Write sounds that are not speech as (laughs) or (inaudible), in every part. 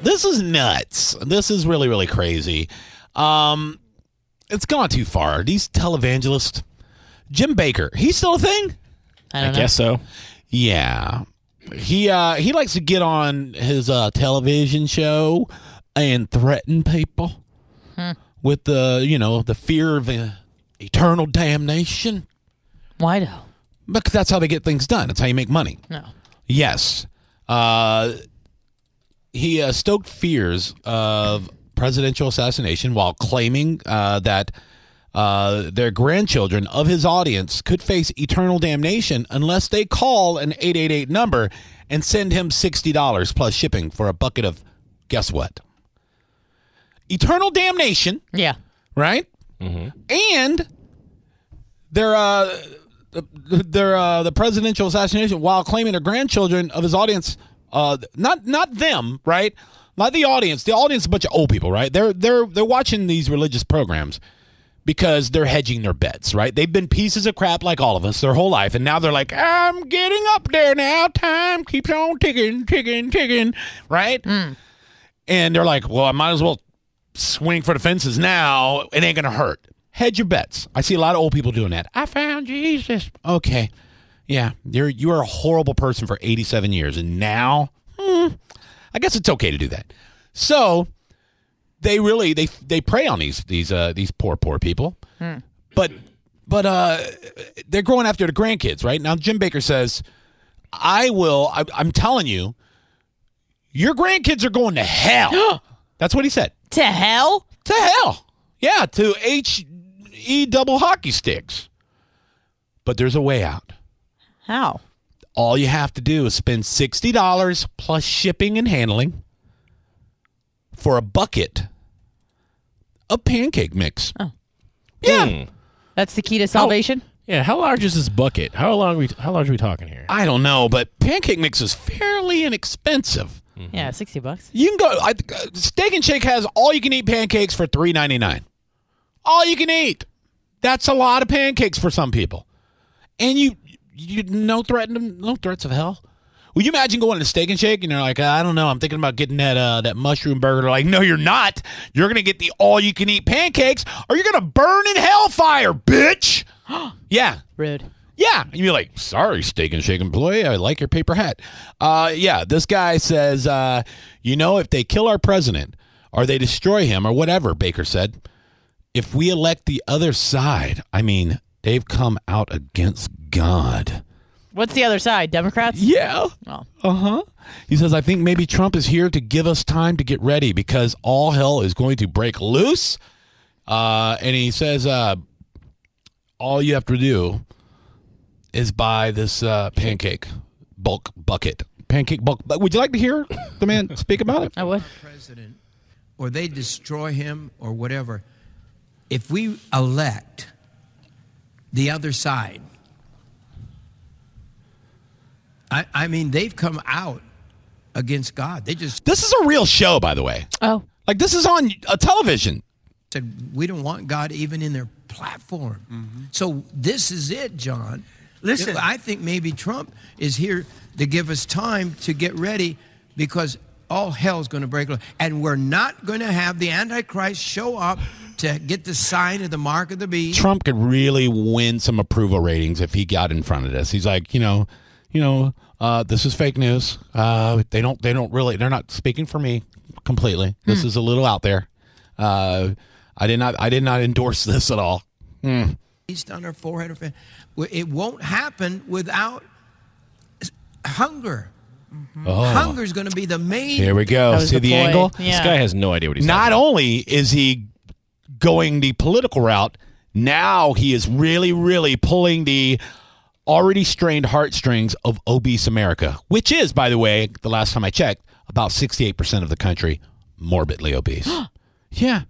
This is nuts. This is really, really crazy. Um, it's gone too far. These televangelists, Jim Baker, he's still a thing. I I don't know. guess so. Yeah, he uh, he likes to get on his uh, television show and threaten people Hmm. with the you know the fear of uh, eternal damnation Why do? because that's how they get things done. That's how you make money. No. Yes. Uh, he uh, stoked fears of presidential assassination while claiming uh, that uh, their grandchildren of his audience could face eternal damnation unless they call an 888 number and send him $60 plus shipping for a bucket of guess what? Eternal damnation Yeah. right? And their uh, their uh, the presidential assassination, while claiming their grandchildren of his audience, uh, not not them, right? Not the audience. The audience is a bunch of old people, right? They're they're they're watching these religious programs because they're hedging their bets, right? They've been pieces of crap like all of us their whole life, and now they're like, I'm getting up there now. Time keeps on ticking, ticking, ticking, right? And they're like, well, I might as well swing for the fences now. It ain't going to hurt. Hedge your bets. I see a lot of old people doing that. I found Jesus. Okay. Yeah. You're you are a horrible person for 87 years and now hmm, I guess it's okay to do that. So they really they they prey on these these uh these poor poor people. But but uh they're going after the grandkids, right? Now Jim Baker says, "I will I, I'm telling you, your grandkids are going to hell." That's what he said To hell? to hell. Yeah, to H E double hockey sticks. But there's a way out. How? All you have to do is spend $60 plus shipping and handling for a bucket of pancake mix. Yeah. That's the key Oh. to salvation? Yeah. How large is Hmm. this bucket? How long? Are we how large are we talking here? I don't know, but pancake mix is fairly inexpensive. Yeah, 60 bucks. You can go. I, uh, Steak and Shake has all you can eat pancakes for three ninety nine. All you can eat. That's a lot of pancakes for some people. And you, you no threat, no threats of hell. Will you imagine going to Steak and Shake and you're like, I don't know, I'm thinking about getting that uh, that mushroom burger. They're like, no, you're not. You're gonna get the all you can eat pancakes, or you're gonna burn in hellfire, bitch. (gasps) yeah, Rude. yeah. And you're like, sorry, steak and shake employee. I like your paper hat. Uh, yeah, this guy says, uh, you know, if they kill our president or they destroy him or whatever, Baker said, if we elect the other side, I mean, they've come out against God. What's the other side? Democrats? Yeah. Well, Uh huh. He says, I think maybe Trump is here to give us time to get ready because all hell is going to break loose. Uh, and he says, uh, all you have to do is buy this uh, pancake bulk bucket. Pancake bulk. But would you like to hear the man speak about it? I would. president or they destroy him or whatever, if we elect the other side, I, I mean, they've come out against God. They just This is a real show, by the way. Oh. Like, this is on a television. said, we don't want God even in their platform. So this is it, John. Listen. I think maybe Trump is here to give us time to get ready because all hell's going to break loose. And we're not going to have the Antichrist show up to get the sign of the mark of the beast. Trump could really win some approval ratings if he got in front of this. He's like, you know, you know, uh, this is fake news. Uh, they don't, they don't really, they're not speaking for me completely. This Hmm. is a little out there. Uh, I did not, I did not endorse (laughs) this at all. East on our forehead. or fa- well, It won't happen without s- hunger. Hunger's going to be the main Here we go. That was See the, the point. angle. Yeah. This guy has no idea what he's Not talking only is he going the political route, now he is really, really pulling the already strained heartstrings of obese America, which is, by the way, the last time I checked, about 68% of the country morbidly (gasps) obese. yeah,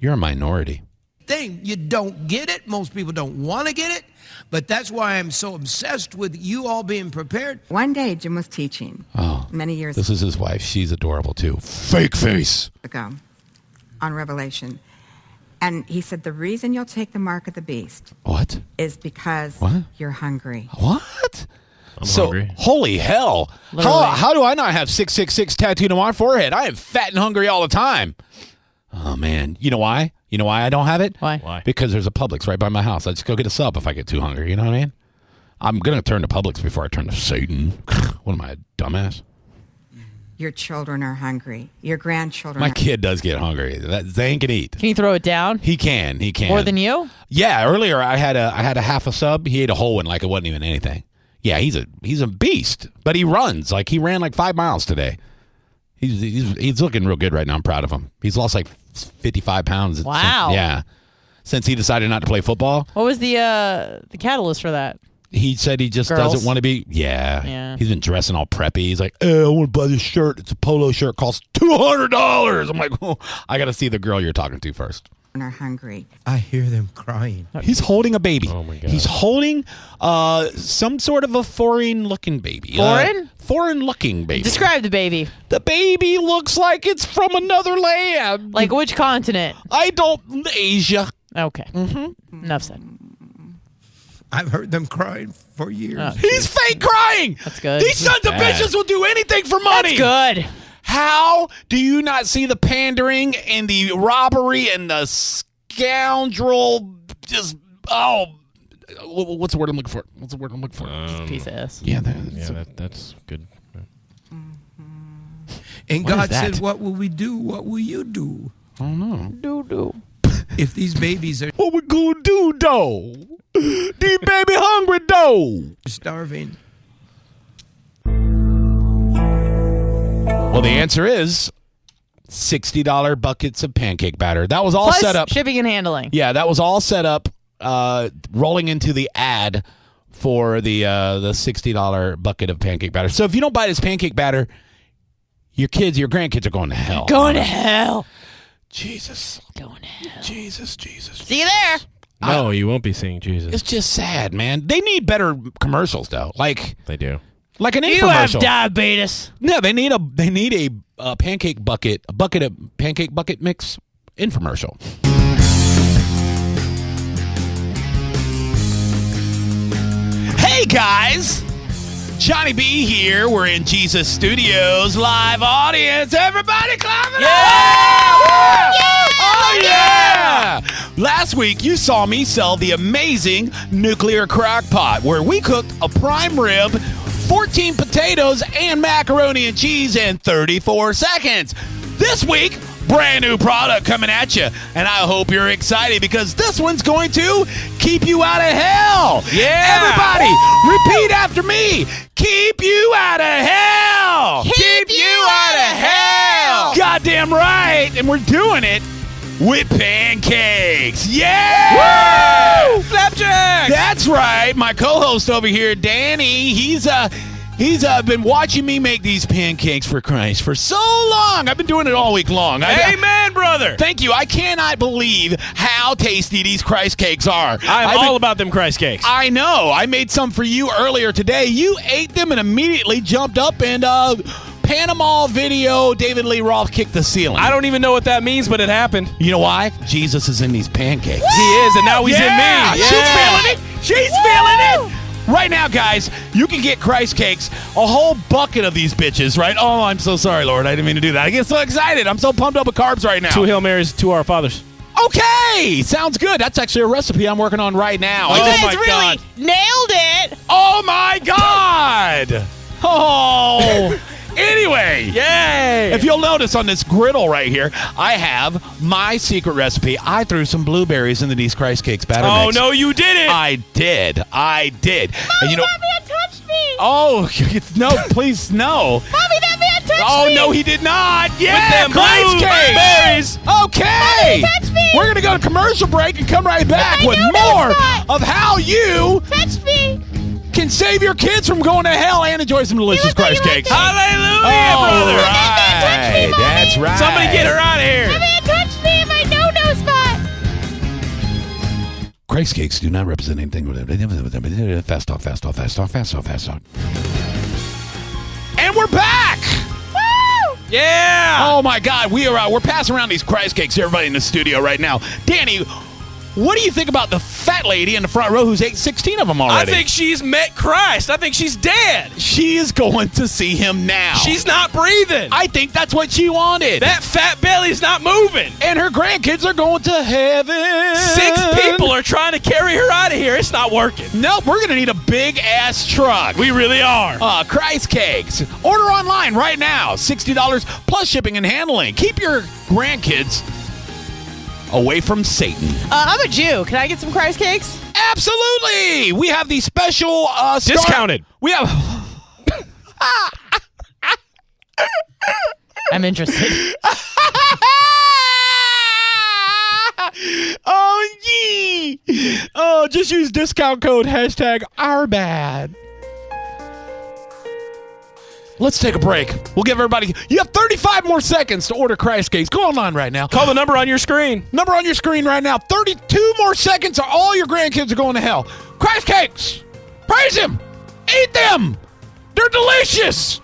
you're a minority. thing. You don't get it. Most people don't want to get it. But that's why I'm so obsessed with you all being prepared. One day, Jim was teaching many years Oh. This is his wife. She's adorable too. Fake face. ago on Revelation. And he said, The reason you'll take the mark of the beast What? is because What? you're hungry. What? I'm so hungry. holy hell! How, Literally. how do I not have six six six tattooed on my forehead? I am fat and hungry all the time. Oh man, you know why? You know why I don't have it? Why? Why? Because there's a Publix right by my house. I just go get a sub if I get too hungry. You know what I mean? I'm gonna turn to Publix before I turn to Satan. (laughs) what am I, a dumbass? Your children are hungry. Your grandchildren. My Uh-huh. are- kid does get hungry. That Zane can eat. Can you throw it down He can. He can. more than you? Yeah. Earlier, I had a I had a half a sub. He ate a whole one like it wasn't even anything. Yeah, he's a he's a beast. But he runs like he ran like five miles today. He's he's, he's looking real good right now. I'm proud of him. He's lost like 55 pounds. since- Wow. yeah. Since he decided not to play football, What was the uh the catalyst for that? he said he just Girls. doesn't want to be. Yeah. Yeah. He's been dressing all preppy. He's like, eh, I want to buy this shirt. It's a polo shirt. Costs two hundred dollars. I'm like, (laughs) well, I got to see the girl you're talking to first. are hungry. I hear them crying. He's holding a baby. Oh, my God. He's holding uh, some sort of a foreign-looking baby. Uh, Foreign? foreign-looking baby. Describe the baby. the baby looks like it's from another land. Like which continent? I don't Asia. Okay. Mm-hmm. Enough said. I've heard them crying for years. He's fake crying. That's good. These sons of bad. bitches will do anything for money. Good. How do you not see the pandering and the robbery and the scoundrel? Just oh, wh- wh- what's the word I'm looking for? What's the word I'm looking for? Piece of ass. yeah, that's Um, Yeah, that, that's good. and What is God that? said, What will we do? What will you do? I don't know. Do, do. if these babies are What we gonna do though? The baby hungry though. starving, Well, the answer is sixty dollar buckets of pancake batter. That was all Plus set up. shipping and handling. yeah, that was all set up. Uh, rolling into the ad for the uh, the sixty dollar bucket of pancake batter. So if you don't buy this pancake batter, your kids, your grandkids are going to hell. Going to hell. Jesus, Going to hell. Jesus, Jesus. See you there. No, you won't be seeing Jesus. It's just sad, man. They need better commercials though. Like They do. like an You have infomercial. diabetes. No, they need a they need a, uh pancake bucket, a bucket of pancake bucket mix infomercial. Hey guys, Johnny B here. We're in Jesus Studios live audience. Everybody clapping! Yeah! Oh yeah! Last week you saw me sell the amazing nuclear crock pot where we cooked a prime rib, 14 potatoes, and macaroni and cheese in 34 seconds. This week, brand new product coming at you, and I hope you're excited because this one's going to keep you out of hell. Yeah! Everybody, repeat after me. Keep you out of hell. Keep, you out of hell. Goddamn right, and we're doing it with pancakes. Yeah! Flapjacks. That's right. My co-host over here, Danny, he's uh he's uh, been watching me make these pancakes for Christ for so long. I've been doing it all week long. I- Amen, brother. Thank you. I cannot believe how tasty these Christ cakes are. I'm I've been- all about them Christ cakes. I know. I made some for you earlier today. You ate them and immediately jumped up and uh Panama video David Lee Roth kicked the ceiling. I don't even know what that means, but it happened. You know why? Jesus is in these pancakes. He is, and now he's in me. She's feeling it. She's feeling it. Right now, guys, you can get Christ cakes, a whole bucket of these bitches, right? Oh, I'm so sorry, Lord. I didn't mean to do that. I get so excited. I'm so pumped up with carbs right now. Two Hail Marys, two Our Fathers. Okay, sounds good. That's actually a recipe I'm working on right now. I Oh just- my It's really God. nailed it. oh my God. Oh. (laughs) anyway. Yay! If you'll notice on this griddle right here, I have my secret recipe. I threw some blueberries into these Christ cakes batter oh mix. no, you didn't. I did. I did. and you know, Oh (laughs) it's- no! Please no! Mommy, that man touched Oh no, he did not! Yeah, them Christ blueberries. cakes. Okay, we're gonna go to commercial break and come right back with more of how you can save your kids from going to hell and enjoy some delicious Christ cakes. Hallelujah, All brother. right, that's right. Somebody get her out of here. Christ cakes do not represent anything. Fast off, fast off, fast off, fast off, fast off. And we're back. Yeah. Oh my God, we are uh, we're passing around these Christ cakes to everybody in the studio right now. Danny, What do you think about the fat lady in the front row who's ate 16 of them I already? think she's met Christ. I think she's dead. she is going to see him now. She's not breathing. I think that's what she wanted. that fat belly's not moving. and her grandkids are going to heaven. Six people are trying to carry her out of here. It's not working. Nope, we're going to need a big ass truck. We really are. Uh, Christ cakes. Order online right now. $60 plus shipping and handling. Keep your grandkids away from Satan. Uh, I'm a Jew. Can I get some Christ cakes? Absolutely. We have the special uh, star- Discounted. We have I'm interested. (laughs) oh yee! Oh, just use discount code hashtag our bad. Let's take a break. We'll give everybody. You have 35 more seconds to order Christ cakes. Go online right now. Call the number on your screen. Number on your screen right now. 32 more seconds, or all your grandkids are going to hell. Christ cakes. Praise him. Eat them. They're delicious.